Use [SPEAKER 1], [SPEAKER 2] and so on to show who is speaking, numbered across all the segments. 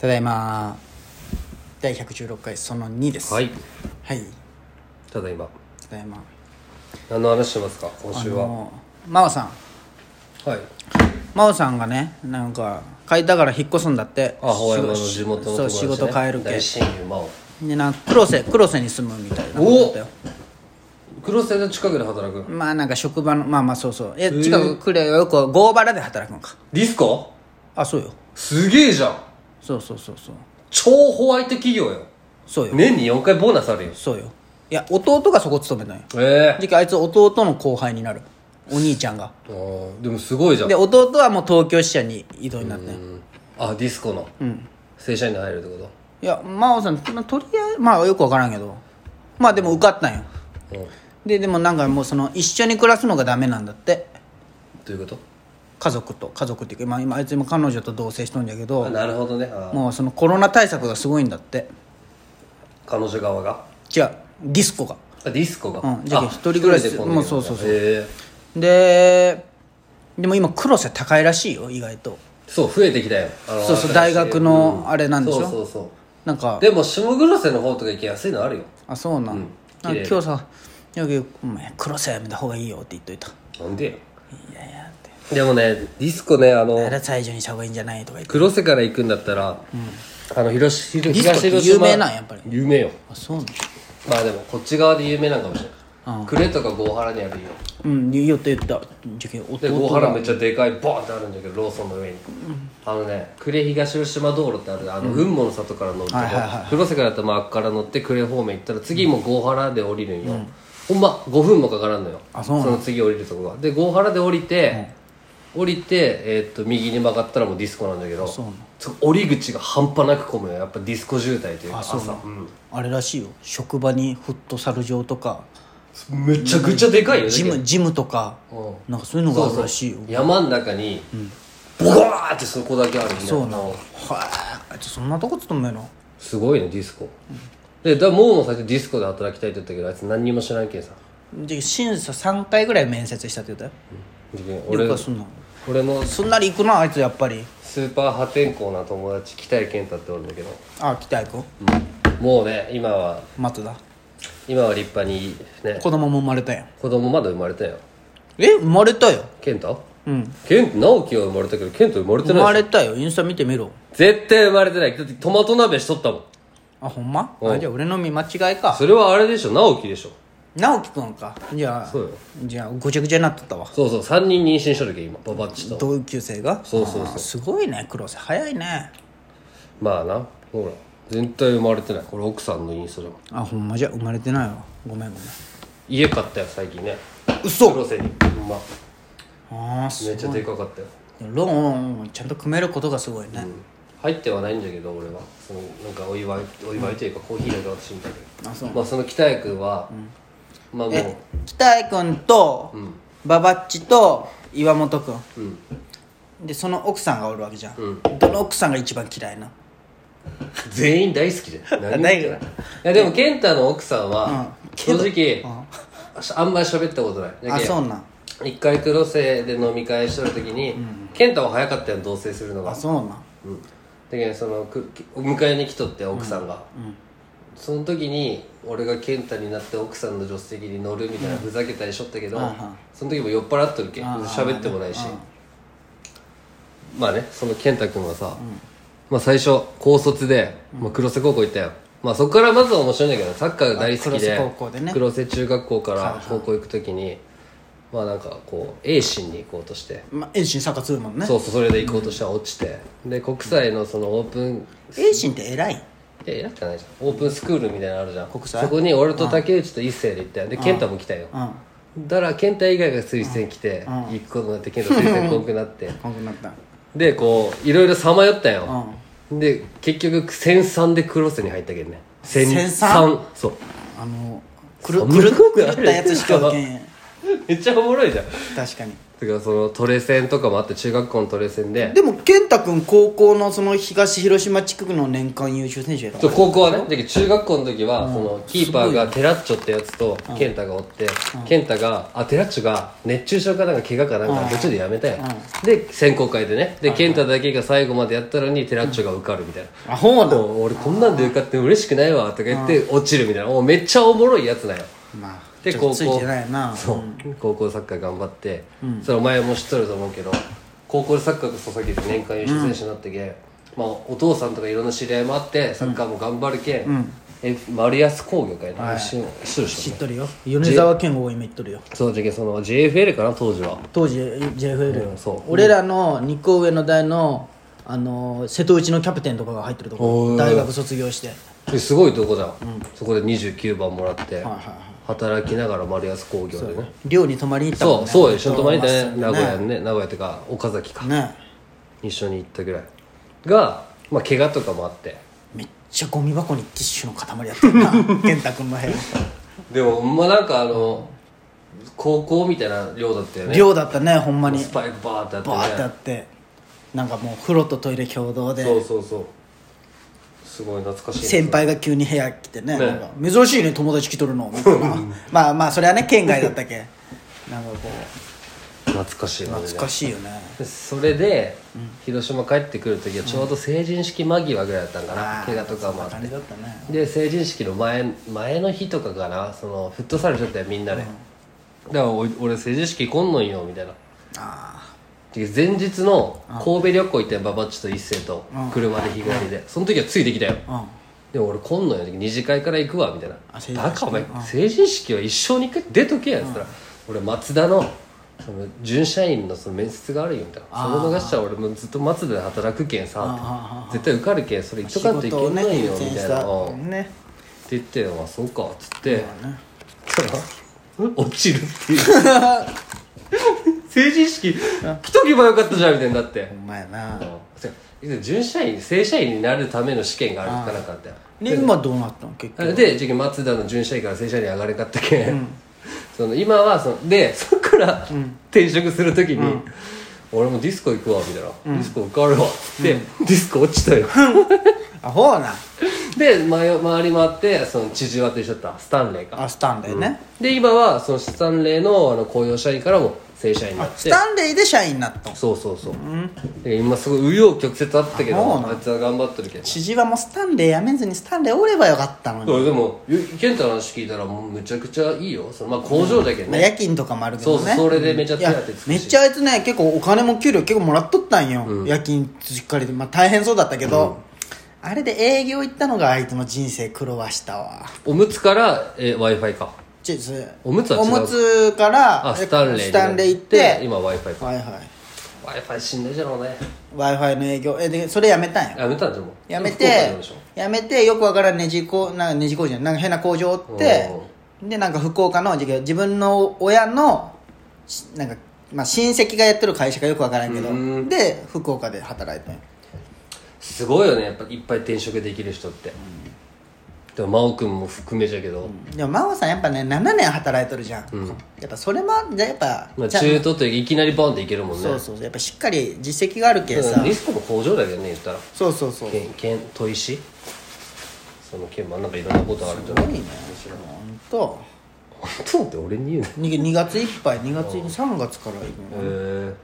[SPEAKER 1] ただいま第116回その2です
[SPEAKER 2] はい
[SPEAKER 1] はい
[SPEAKER 2] ただいま
[SPEAKER 1] ただいま
[SPEAKER 2] 何の話してますか今
[SPEAKER 1] あ
[SPEAKER 2] 週は
[SPEAKER 1] の真央さん
[SPEAKER 2] はい
[SPEAKER 1] 真央さんがねなんか買いだから引っ越すんだって
[SPEAKER 2] あ青山の地元の友達、ね、
[SPEAKER 1] そう仕事変えるけ
[SPEAKER 2] 大親友真央
[SPEAKER 1] でなんか黒瀬黒瀬に住むみたいなことだったよ
[SPEAKER 2] 黒瀬の近くで働く
[SPEAKER 1] まあなんか職場のまあまあそうそうえ近くクレよく合原で働くのか
[SPEAKER 2] ディスコ
[SPEAKER 1] あそうよ
[SPEAKER 2] すげえじゃん
[SPEAKER 1] そうそうそうそう
[SPEAKER 2] 超ホワイト企業よ
[SPEAKER 1] そうよ
[SPEAKER 2] 年に4回ボーナスあるよ
[SPEAKER 1] そうよいや弟がそこ勤めたんよ
[SPEAKER 2] ええ
[SPEAKER 1] じゃああいつ弟の後輩になるお兄ちゃんが
[SPEAKER 2] あーでもすごいじゃん
[SPEAKER 1] で弟はもう東京支社に移動になったよ
[SPEAKER 2] うんあディスコの、正社員に入るってこ
[SPEAKER 1] いや真央さんまあとりあえずまあよくわからんけどまあでも受かったんよ
[SPEAKER 2] とうん
[SPEAKER 1] ででもなんかもうその一緒に暮らすのがダメなんだって
[SPEAKER 2] どういうこと
[SPEAKER 1] 家族と家族っていうか、まあ、今あいつも彼女と同棲しとんだけ
[SPEAKER 2] あ
[SPEAKER 1] ど
[SPEAKER 2] なるほどねあー
[SPEAKER 1] もうそのコロナ対策がすごいんだって
[SPEAKER 2] 彼女側が
[SPEAKER 1] じゃあディスコが
[SPEAKER 2] あディスコが、
[SPEAKER 1] うんじゃあ
[SPEAKER 2] あ
[SPEAKER 1] 一人暮らし
[SPEAKER 2] 一でこんな
[SPEAKER 1] もうそうそうそう
[SPEAKER 2] へえ
[SPEAKER 1] ででも今黒瀬高いらしいよ意外と
[SPEAKER 2] そう増えてきたよあの
[SPEAKER 1] そうそう
[SPEAKER 2] 新しい
[SPEAKER 1] 大学のあれなんでしょ
[SPEAKER 2] そうそうそう
[SPEAKER 1] なんか
[SPEAKER 2] でも下黒瀬の方とか行きやすいのあるよ
[SPEAKER 1] あそうなん,、な
[SPEAKER 2] 綺
[SPEAKER 1] ん
[SPEAKER 2] 麗
[SPEAKER 1] か今日さ「よくお前黒瀬やめた方がいいよ」って言っといた
[SPEAKER 2] なんでよ
[SPEAKER 1] 「いやいや」って
[SPEAKER 2] でもねディスコね
[SPEAKER 1] 「
[SPEAKER 2] あ
[SPEAKER 1] あ
[SPEAKER 2] の
[SPEAKER 1] れ最初にした方がいいんじゃない?」とか言って
[SPEAKER 2] 黒瀬から行くんだったら、あの広し
[SPEAKER 1] ィスコっ
[SPEAKER 2] 東
[SPEAKER 1] て
[SPEAKER 2] 広
[SPEAKER 1] 有
[SPEAKER 2] 島
[SPEAKER 1] 名なんやっぱり
[SPEAKER 2] 有名よ
[SPEAKER 1] あそうなん
[SPEAKER 2] まあでもこっち側で有名なんかもしれ
[SPEAKER 1] う
[SPEAKER 2] ない呉、レとか郷原にあるよ
[SPEAKER 1] うん言って言ったじゃけ
[SPEAKER 2] で郷
[SPEAKER 1] 弟
[SPEAKER 2] 原
[SPEAKER 1] が
[SPEAKER 2] めっちゃでかいボーンってあるんだけどローソンの上に、あのね呉東広島道路ってあるあの雲門の里から乗るとこ、
[SPEAKER 1] はいはいはい
[SPEAKER 2] 黒瀬からだとまああっから乗って呉方面行ったら次も郷原で降りるんよ、ほんま5分もかからんのよ
[SPEAKER 1] あそうなの
[SPEAKER 2] の次降りるとこがで郷原で降りて、降りて、えーっと右に曲がったらもうディスコなんだけど
[SPEAKER 1] そうなの
[SPEAKER 2] そ降り口が半端なく混むよやっぱディスコ渋滞というか
[SPEAKER 1] あそうな
[SPEAKER 2] 朝
[SPEAKER 1] のあれらしいよ職場にフットサル場とか
[SPEAKER 2] うんめちゃくちゃでかいよね
[SPEAKER 1] ジムジムとか
[SPEAKER 2] うん
[SPEAKER 1] なんかそういうのがあるらしいよ
[SPEAKER 2] 山の中にボワーってそこだけあるみたいな
[SPEAKER 1] そうなのはいあいつそんなとこ勤めんの
[SPEAKER 2] すごいねディスコ、でだもうも最初ディスコで働きたいって言ったけどあいつ何にも知らんけんさ
[SPEAKER 1] じゃあ審査3回ぐらい面接したって言ったよ
[SPEAKER 2] 俺
[SPEAKER 1] よくはそんな
[SPEAKER 2] 俺の
[SPEAKER 1] すんなり行くなあいつやっぱり
[SPEAKER 2] スーパー破天荒な友達北井健太っておるんだけど、
[SPEAKER 1] あ北行く
[SPEAKER 2] もうね今は
[SPEAKER 1] 松田
[SPEAKER 2] 今は立派にね
[SPEAKER 1] 子供も生まれたやん
[SPEAKER 2] 子供まだ生まれたよ
[SPEAKER 1] え生まれたよ
[SPEAKER 2] 健太
[SPEAKER 1] うん
[SPEAKER 2] 健太直樹は生まれたけど健太生まれて
[SPEAKER 1] 生
[SPEAKER 2] ない
[SPEAKER 1] ま
[SPEAKER 2] でし
[SPEAKER 1] れたよインスタ見てみろ
[SPEAKER 2] ょ絶対生まれてないだってトマト鍋しとったもん
[SPEAKER 1] あほんま
[SPEAKER 2] う
[SPEAKER 1] あ
[SPEAKER 2] ん
[SPEAKER 1] じゃあ俺の見間違いか
[SPEAKER 2] それはあれでしょ直樹でしょ
[SPEAKER 1] 直樹くんかじゃあ
[SPEAKER 2] そうよ
[SPEAKER 1] じゃあごちゃごちゃになっとったわ
[SPEAKER 2] そうそう3人妊娠しとるけん今ババッチと
[SPEAKER 1] 同級生が
[SPEAKER 2] そうそうそう
[SPEAKER 1] あーすごいね黒瀬早いね
[SPEAKER 2] まあなほら全体生まれてないこれ奥さんのインスタだもん
[SPEAKER 1] あほんまじゃ生まれてないわごめんごめん
[SPEAKER 2] 家買ったよ最近ね
[SPEAKER 1] 嘘
[SPEAKER 2] 黒瀬にほんま
[SPEAKER 1] ああす
[SPEAKER 2] めっちゃでかかったよ、
[SPEAKER 1] ローンちゃんと組めることがすごいね、
[SPEAKER 2] 入ってはないんだけど俺はそのなんかお祝いお祝いというか、コーヒーだけ私みたいな
[SPEAKER 1] あそう
[SPEAKER 2] まあその北谷君は、まあも
[SPEAKER 1] え
[SPEAKER 2] う
[SPEAKER 1] 北井君と馬場っちと岩本君
[SPEAKER 2] うん
[SPEAKER 1] でその奥さんがおるわけじゃん、
[SPEAKER 2] う
[SPEAKER 1] どの奥さんが一番嫌いな
[SPEAKER 2] 全員大好きじ ゃん
[SPEAKER 1] あ
[SPEAKER 2] 何
[SPEAKER 1] ないよ
[SPEAKER 2] いやでも健太の奥さんは、
[SPEAKER 1] うん
[SPEAKER 2] 正直、
[SPEAKER 1] うん
[SPEAKER 2] あんまり喋ったことないだ
[SPEAKER 1] あ
[SPEAKER 2] けど
[SPEAKER 1] そうなん
[SPEAKER 2] 一回黒瀬で飲み会しとる時に、健太は早かったよ同棲するのが
[SPEAKER 1] あそうなん
[SPEAKER 2] うん、だけどそのくお迎えに来とって奥さんが、その時に俺が健太になって奥さんの助手席に乗るみたいなふざけたりしとったけど、
[SPEAKER 1] あは
[SPEAKER 2] その時も酔っ払っとるけん
[SPEAKER 1] あは
[SPEAKER 2] 喋ってもないしまあねその健太君はさ、まあ、最初高卒で、まあ、黒瀬高校行ったよ、まあ、そこからまずは面白いんだけどサッカーが大好きで
[SPEAKER 1] あ黒瀬高校でね
[SPEAKER 2] 黒瀬中学校から高校行く時にまあなんかこう A 心に行こうとして
[SPEAKER 1] まあ遠心サッカーするもんね
[SPEAKER 2] そうそうそれで行こうとしたら落ちて、で国際のそのオープン
[SPEAKER 1] 遠心って偉い
[SPEAKER 2] いや偉くないじゃんオープンスクールみたいなのあるじゃん
[SPEAKER 1] 国際
[SPEAKER 2] そこに俺と竹内と一星で行ったよで健太も来たよ
[SPEAKER 1] うん
[SPEAKER 2] だから健太以外が推薦来て行くことになって健太推薦来なくなって
[SPEAKER 1] こんくなった
[SPEAKER 2] でこういろいろさまよったよで結局戦三で黒瀬に入ったけどね戦
[SPEAKER 1] 戦三
[SPEAKER 2] そう
[SPEAKER 1] あのくる
[SPEAKER 2] そん
[SPEAKER 1] く
[SPEAKER 2] な
[SPEAKER 1] る
[SPEAKER 2] こと
[SPEAKER 1] くるったやつしか受けん
[SPEAKER 2] めっちゃおもろいじゃん
[SPEAKER 1] 確かに
[SPEAKER 2] てかそのトレセンとかもあって中学校のトレセンで
[SPEAKER 1] でも健太君高校のその東広島地区の年間優秀選手やろ
[SPEAKER 2] そう高校はねだけど中学校の時は、そのキーパーがテラッチョってやつと健太がおって、健太があテラッチョが熱中症かなんか怪我かなんか途中でやめたやん、で選考会でねで健太だけが最後までやったのにテラッチョが受かるみたいな、
[SPEAKER 1] あほうだ
[SPEAKER 2] もう俺こんなんで受かって嬉しくないわとか言って落ちるみたいなおめっちゃおもろいやつだよ
[SPEAKER 1] まあ
[SPEAKER 2] で
[SPEAKER 1] ちょっと
[SPEAKER 2] 高校
[SPEAKER 1] ついてないな
[SPEAKER 2] そう、高校サッカー頑張って、それお前も知っとると思うけど高校でサッカーこそ先で年間優秀選手になってけ、まあ、お父さんとかいろんな知り合いもあってサッカーも頑張るけ、ん、え丸安工業かいな、
[SPEAKER 1] はい
[SPEAKER 2] 知っとるでし
[SPEAKER 1] 知
[SPEAKER 2] ょ
[SPEAKER 1] っとるよ米沢健吾が今言っとるよ
[SPEAKER 2] そうじゃけその JFL かな当時は
[SPEAKER 1] 当時 JFL、
[SPEAKER 2] うんそう
[SPEAKER 1] 俺らの2個上の代のあの瀬戸内のキャプテンとかが入ってると
[SPEAKER 2] お
[SPEAKER 1] こ
[SPEAKER 2] ー
[SPEAKER 1] 大学卒業して
[SPEAKER 2] ですごいとこじゃん、そこで29番もらって、
[SPEAKER 1] はいはい
[SPEAKER 2] 働きながら丸安工業でね
[SPEAKER 1] 寮に泊まりに行ったも
[SPEAKER 2] そ
[SPEAKER 1] ん
[SPEAKER 2] う
[SPEAKER 1] ね
[SPEAKER 2] そうよ一緒に泊まりに行った
[SPEAKER 1] ま
[SPEAKER 2] ね名
[SPEAKER 1] っ
[SPEAKER 2] 古屋
[SPEAKER 1] す
[SPEAKER 2] にね名古屋っていうか岡崎か
[SPEAKER 1] ぐねね
[SPEAKER 2] 一緒に行ったぐらいが、まあ、怪我とかもあって
[SPEAKER 1] めっちゃゴミ箱にティッシュの塊やった な健太君の部屋
[SPEAKER 2] でもまあなんかあの高校みたいな寮だったよね
[SPEAKER 1] 寮だったねほんまに
[SPEAKER 2] スパイクバーってあって,、ね
[SPEAKER 1] バーってあってなんかもう風呂とトイレ共同で
[SPEAKER 2] そうそうそうすごい懐かしい
[SPEAKER 1] 先輩が急に部屋来てね
[SPEAKER 2] ね
[SPEAKER 1] なんか珍しいね友達来とるのみたいなまあまあそれはね県外だったけなんかこう
[SPEAKER 2] 懐かしいな
[SPEAKER 1] 懐かしいよね
[SPEAKER 2] でそれで、広島帰ってくる時はちょうど成人式間際ぐらいだったんかな、
[SPEAKER 1] あー
[SPEAKER 2] 怪我とかもあ
[SPEAKER 1] そん
[SPEAKER 2] っ
[SPEAKER 1] な感じ
[SPEAKER 2] て
[SPEAKER 1] だったね
[SPEAKER 2] で成人式の前前の日とかかなそのフットサルしとったよみんなで、だからお俺成人式来んのんよみたいな
[SPEAKER 1] あ
[SPEAKER 2] で前日の神戸旅行行ったよババッチと一星と
[SPEAKER 1] うん
[SPEAKER 2] 車で日帰りで、その時はついてきたよ、
[SPEAKER 1] あうん
[SPEAKER 2] でも俺今度の二次会から行くわみたいな
[SPEAKER 1] あ成人式
[SPEAKER 2] だからお前
[SPEAKER 1] うん
[SPEAKER 2] 成人式は一生に一回出とけやっつったら、俺松田のその準社員のその面接があるよみたいな
[SPEAKER 1] あ
[SPEAKER 2] そ
[SPEAKER 1] ー
[SPEAKER 2] れ逃したら俺もうずっと松田で働くけん
[SPEAKER 1] あー
[SPEAKER 2] さ
[SPEAKER 1] あーあ
[SPEAKER 2] っ
[SPEAKER 1] ー
[SPEAKER 2] て絶対受かるけんそれ行っと
[SPEAKER 1] 仕
[SPEAKER 2] かんとい
[SPEAKER 1] 事
[SPEAKER 2] け
[SPEAKER 1] をね
[SPEAKER 2] ない
[SPEAKER 1] 優
[SPEAKER 2] よみ
[SPEAKER 1] 先
[SPEAKER 2] た
[SPEAKER 1] し
[SPEAKER 2] いな
[SPEAKER 1] た
[SPEAKER 2] うんって
[SPEAKER 1] ね
[SPEAKER 2] 言って「あそうか」っつって
[SPEAKER 1] まあね
[SPEAKER 2] そしたら落ちるっていう成人式来とけばよかったじゃんみたいになって
[SPEAKER 1] ほんまやな
[SPEAKER 2] うん準社員正社員になるための試験があるかなんかあったよ
[SPEAKER 1] で今どうなったの結局
[SPEAKER 2] で次松田の準社員から正社員に上がれかったけん、その今はそのでそっから転職するときに、俺もディスコ行くわみたいな、ディスコ受かるわっつって、ディスコ落ちたよ
[SPEAKER 1] あほうな
[SPEAKER 2] で前回り回ってその知事はと一緒だったスタンレーか
[SPEAKER 1] あスタンレーね
[SPEAKER 2] で今はそのスタンレーのあの雇用社員からも正社員にな
[SPEAKER 1] あ
[SPEAKER 2] って
[SPEAKER 1] スタンレーで社員になったの
[SPEAKER 2] そうそうそう、で今すごい紆余曲折あったけ
[SPEAKER 1] あそう
[SPEAKER 2] ど
[SPEAKER 1] なの
[SPEAKER 2] あいつは頑張ってるけど
[SPEAKER 1] 知事はもうスタンレーやめずにスタンレーおればよかったのに
[SPEAKER 2] そうでもゆ健太の話聞いたらもうめちゃくちゃいいよそのまあ工場だけど
[SPEAKER 1] まあ
[SPEAKER 2] ね、
[SPEAKER 1] 夜勤とかもあるけどね
[SPEAKER 2] そうそれでめちゃ
[SPEAKER 1] いや
[SPEAKER 2] 手当てつくし
[SPEAKER 1] めっちゃあいつね結構お金も給料結構もらっとったんよ、夜勤しっかりで、まあ、大変そうだったけど、あれで営業行ったのがあいつの人生狂わしたわ
[SPEAKER 2] おむつから、え w i f i か
[SPEAKER 1] ちょそれ
[SPEAKER 2] おむつは違う
[SPEAKER 1] おむつから
[SPEAKER 2] あスタンレー
[SPEAKER 1] スタンレー行って
[SPEAKER 2] 今 w i f i か
[SPEAKER 1] はいはい
[SPEAKER 2] w i f i しんどいじゃろうね
[SPEAKER 1] w i f i の営業えでそれやめたんよ
[SPEAKER 2] やめたんじゃんもう
[SPEAKER 1] やめ
[SPEAKER 2] 福岡にあ
[SPEAKER 1] て
[SPEAKER 2] るでしょ
[SPEAKER 1] やめてよくわからんねじこなんかねじ工事なんか変な工場おってでなんか福岡の事業自分の親のしなんか、まあ、親戚がやってる会社かよくわからんけど
[SPEAKER 2] うん
[SPEAKER 1] で福岡で働いてん
[SPEAKER 2] すごいよねやっぱいっぱい転職できる人って、でも真央君も含めじゃけど、
[SPEAKER 1] でも真央さんやっぱね7年働いとるじゃん、やっぱそれもあってやっぱ、
[SPEAKER 2] まあ、
[SPEAKER 1] ちゃん
[SPEAKER 2] 中途といきなりボンっていけるもんね
[SPEAKER 1] そうそうそうやっぱしっかり実績があるけ
[SPEAKER 2] だから
[SPEAKER 1] さ
[SPEAKER 2] ディスコも工場だけどね言ったら
[SPEAKER 1] そうそうそうす
[SPEAKER 2] 県県砥石その県もなんかいろんなことあるじゃん
[SPEAKER 1] ごいね本当。
[SPEAKER 2] 本当って俺に言うの
[SPEAKER 1] に2月いっぱい2月い3月から行くの
[SPEAKER 2] へえ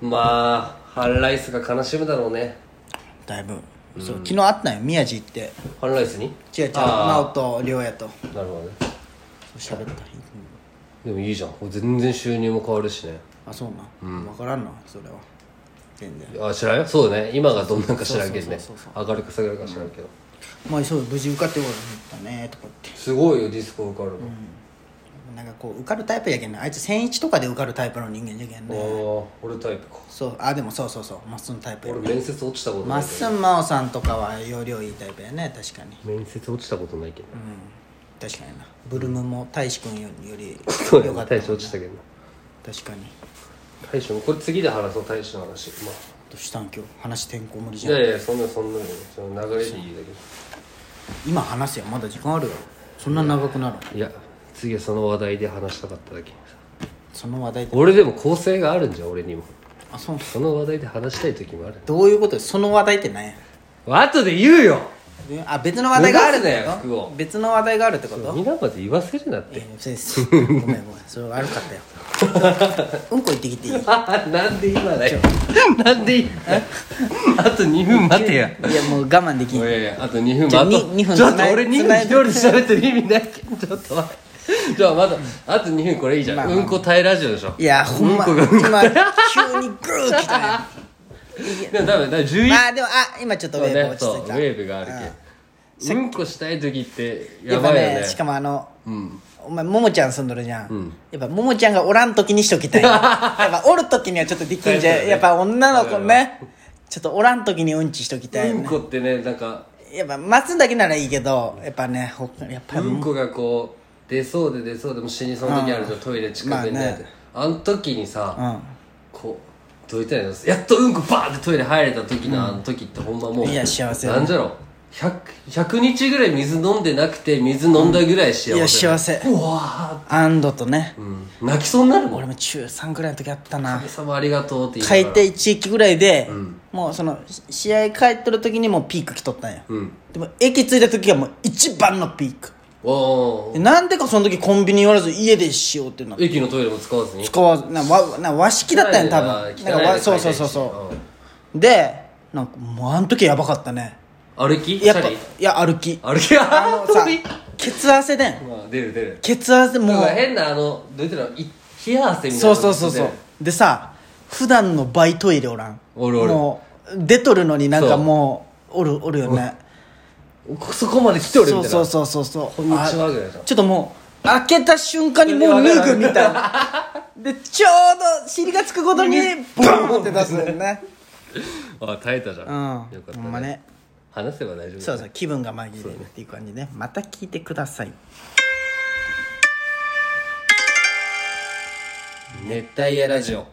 [SPEAKER 2] まあハンライスが悲しむだろうね
[SPEAKER 1] だいぶそう昨日あったんよ宮地行って
[SPEAKER 2] ハンライスに
[SPEAKER 1] 違う違う
[SPEAKER 2] あ
[SPEAKER 1] 真央と亮也と
[SPEAKER 2] あなるほどね
[SPEAKER 1] そう喋った
[SPEAKER 2] でもいいじゃんこれ全然収入も変わるしね
[SPEAKER 1] あそうな、ん、分からんなそれは全然
[SPEAKER 2] あ知らんよそうだね今がどんなんか知らんけどね
[SPEAKER 1] そうそう
[SPEAKER 2] 上がるか下がるか知らんけど、
[SPEAKER 1] まあそう無事受かってよかったねとか言って
[SPEAKER 2] すごいよディスコ受かるの、
[SPEAKER 1] なんかこう受かるタイプやけんねあいつ千一とかで受かるタイプの人間じゃけんね
[SPEAKER 2] ああ俺タイプか
[SPEAKER 1] そうあでもそうそうそうまっすんタイプや
[SPEAKER 2] 俺面接落ちたこと
[SPEAKER 1] ま
[SPEAKER 2] な
[SPEAKER 1] っ
[SPEAKER 2] いけ
[SPEAKER 1] すん真央さんとかは要領いいタイプやね確かに
[SPEAKER 2] ど面接落ちたことないけど、
[SPEAKER 1] うん確かになブルムも大志くんよりよ
[SPEAKER 2] そう
[SPEAKER 1] りよ
[SPEAKER 2] だね
[SPEAKER 1] かった
[SPEAKER 2] 大将落ちたけどな
[SPEAKER 1] 確かに
[SPEAKER 2] 大将これ次で話そう大将の話まあ
[SPEAKER 1] どうしたん今日話転校無理
[SPEAKER 2] い
[SPEAKER 1] じゃん
[SPEAKER 2] やいやそんなそんなのその流れでいいだけ
[SPEAKER 1] 今話すよまだ時間あるよそんな長くなる
[SPEAKER 2] いや次はその話題で話したかっただけ
[SPEAKER 1] その話題で
[SPEAKER 2] 俺でも構成があるんじゃん俺にも
[SPEAKER 1] あそう
[SPEAKER 2] その話題で話したい時もある
[SPEAKER 1] どういうことその話題って何や
[SPEAKER 2] 後で言うよ
[SPEAKER 1] あ別の話題がある
[SPEAKER 2] 脱がす
[SPEAKER 1] ね
[SPEAKER 2] なよ服を
[SPEAKER 1] 別の話題があるってこと
[SPEAKER 2] 皆まで言わせるなっ
[SPEAKER 1] え
[SPEAKER 2] て
[SPEAKER 1] ー先生ごめんごめんそれ悪か ったようんこ行ってきていい
[SPEAKER 2] あ なんで今だよなんで今あと2分待てや
[SPEAKER 1] いやもう我慢でき
[SPEAKER 2] い
[SPEAKER 1] ん
[SPEAKER 2] やいやあと2分
[SPEAKER 1] じゃあ
[SPEAKER 2] 待
[SPEAKER 1] に二分
[SPEAKER 2] ちょっ
[SPEAKER 1] つな
[SPEAKER 2] と
[SPEAKER 1] い
[SPEAKER 2] 俺2
[SPEAKER 1] つ
[SPEAKER 2] 分
[SPEAKER 1] ない
[SPEAKER 2] 一人で喋ってる意味ないけどちょっと待ってじゃあまだあと2分これいいじゃん、
[SPEAKER 1] まあまあまあ
[SPEAKER 2] うんこ耐えラジオでしょ
[SPEAKER 1] いやほんま
[SPEAKER 2] うんこが
[SPEAKER 1] 今
[SPEAKER 2] うんこ
[SPEAKER 1] 急にグー来 たよ
[SPEAKER 2] でも多分だ11
[SPEAKER 1] まあでもあ今ちょっとウェー
[SPEAKER 2] 分
[SPEAKER 1] ブ
[SPEAKER 2] ね
[SPEAKER 1] 落ち
[SPEAKER 2] そう
[SPEAKER 1] 着
[SPEAKER 2] ウ
[SPEAKER 1] いた
[SPEAKER 2] ェーブがあるけどうんこしたい時って
[SPEAKER 1] や
[SPEAKER 2] や
[SPEAKER 1] っぱ
[SPEAKER 2] ばいよね
[SPEAKER 1] ねしかもあの
[SPEAKER 2] うん
[SPEAKER 1] お前ももちゃん住んどるじゃん、
[SPEAKER 2] ん
[SPEAKER 1] やっぱももちゃんがおらん時にしと きたいやっぱおる時にはちょっとできんじゃ
[SPEAKER 2] そうや
[SPEAKER 1] ん
[SPEAKER 2] ね
[SPEAKER 1] やっぱ女の子ねちょっとおらん時にうんちしときたいよ
[SPEAKER 2] う
[SPEAKER 1] ね、
[SPEAKER 2] んこってねなんか
[SPEAKER 1] やっぱ待つだけならいいけどやっぱねほやっぱ、
[SPEAKER 2] うんこがこう出そうで出そうでもう死にそうな時あるじゃんトイレ近くにね、
[SPEAKER 1] まあ
[SPEAKER 2] あ
[SPEAKER 1] ね
[SPEAKER 2] の時にさ、
[SPEAKER 1] うん
[SPEAKER 2] こうどう言ったらいいのやっとうんこバーってトイレ入れた時のあの時ってほんまもう、
[SPEAKER 1] いや幸せ
[SPEAKER 2] なんじゃろ 100, 100日ぐらい水飲んでなくて水飲んだぐらい幸せ、
[SPEAKER 1] いや幸せ
[SPEAKER 2] うわ
[SPEAKER 1] 安堵とね
[SPEAKER 2] ー、うん、泣きそうになるもん
[SPEAKER 1] 俺も中3ぐらいの時あったな
[SPEAKER 2] 神様ありがとうって言いなが
[SPEAKER 1] 海
[SPEAKER 2] ら
[SPEAKER 1] 底一駅ぐらいで、もうそのし試合帰っとる時にもうピーク来とったんや、
[SPEAKER 2] うん
[SPEAKER 1] でも駅着いた時がもう一番のピーク
[SPEAKER 2] おー
[SPEAKER 1] でなんでかその時コンビニ寄らず家でしようってなって
[SPEAKER 2] 駅のトイレも使わずに
[SPEAKER 1] 使わずな和な和式だったんや多分
[SPEAKER 2] 汚い
[SPEAKER 1] なんか
[SPEAKER 2] な汚い
[SPEAKER 1] わ
[SPEAKER 2] ね
[SPEAKER 1] そうそうそうそうでなんかもうあの時やばかったね
[SPEAKER 2] 歩き
[SPEAKER 1] やっぱ
[SPEAKER 2] シ
[SPEAKER 1] いや歩き
[SPEAKER 2] ャリ歩き
[SPEAKER 1] あ
[SPEAKER 2] あ
[SPEAKER 1] の
[SPEAKER 2] ー
[SPEAKER 1] さ
[SPEAKER 2] 遠い
[SPEAKER 1] 血汗でん
[SPEAKER 2] まあ出る出る
[SPEAKER 1] 血汗も
[SPEAKER 2] なん
[SPEAKER 1] う
[SPEAKER 2] か変なあのどう言ったらい冷や汗みたい
[SPEAKER 1] そ
[SPEAKER 2] な
[SPEAKER 1] うそうそうそうでさ普段のバイトイレおらん
[SPEAKER 2] おるおる
[SPEAKER 1] もう出とるのになんかもうおるおるよね
[SPEAKER 2] うそこまで来て
[SPEAKER 1] そ
[SPEAKER 2] お
[SPEAKER 1] う
[SPEAKER 2] るみたいな
[SPEAKER 1] そうそうそうそうこ
[SPEAKER 2] んにちはぐらいだ
[SPEAKER 1] ちょっともう開けた瞬間にもう脱ぐみたい なでちょうど尻がつくごとにボーンって出すよね
[SPEAKER 2] あ耐えたじゃん、
[SPEAKER 1] うん
[SPEAKER 2] よかった、
[SPEAKER 1] ほんまね
[SPEAKER 2] 話せば大丈夫
[SPEAKER 1] そうそう気分が紛れるっていう感じねまた聞いてください
[SPEAKER 2] 熱帯夜ラジオ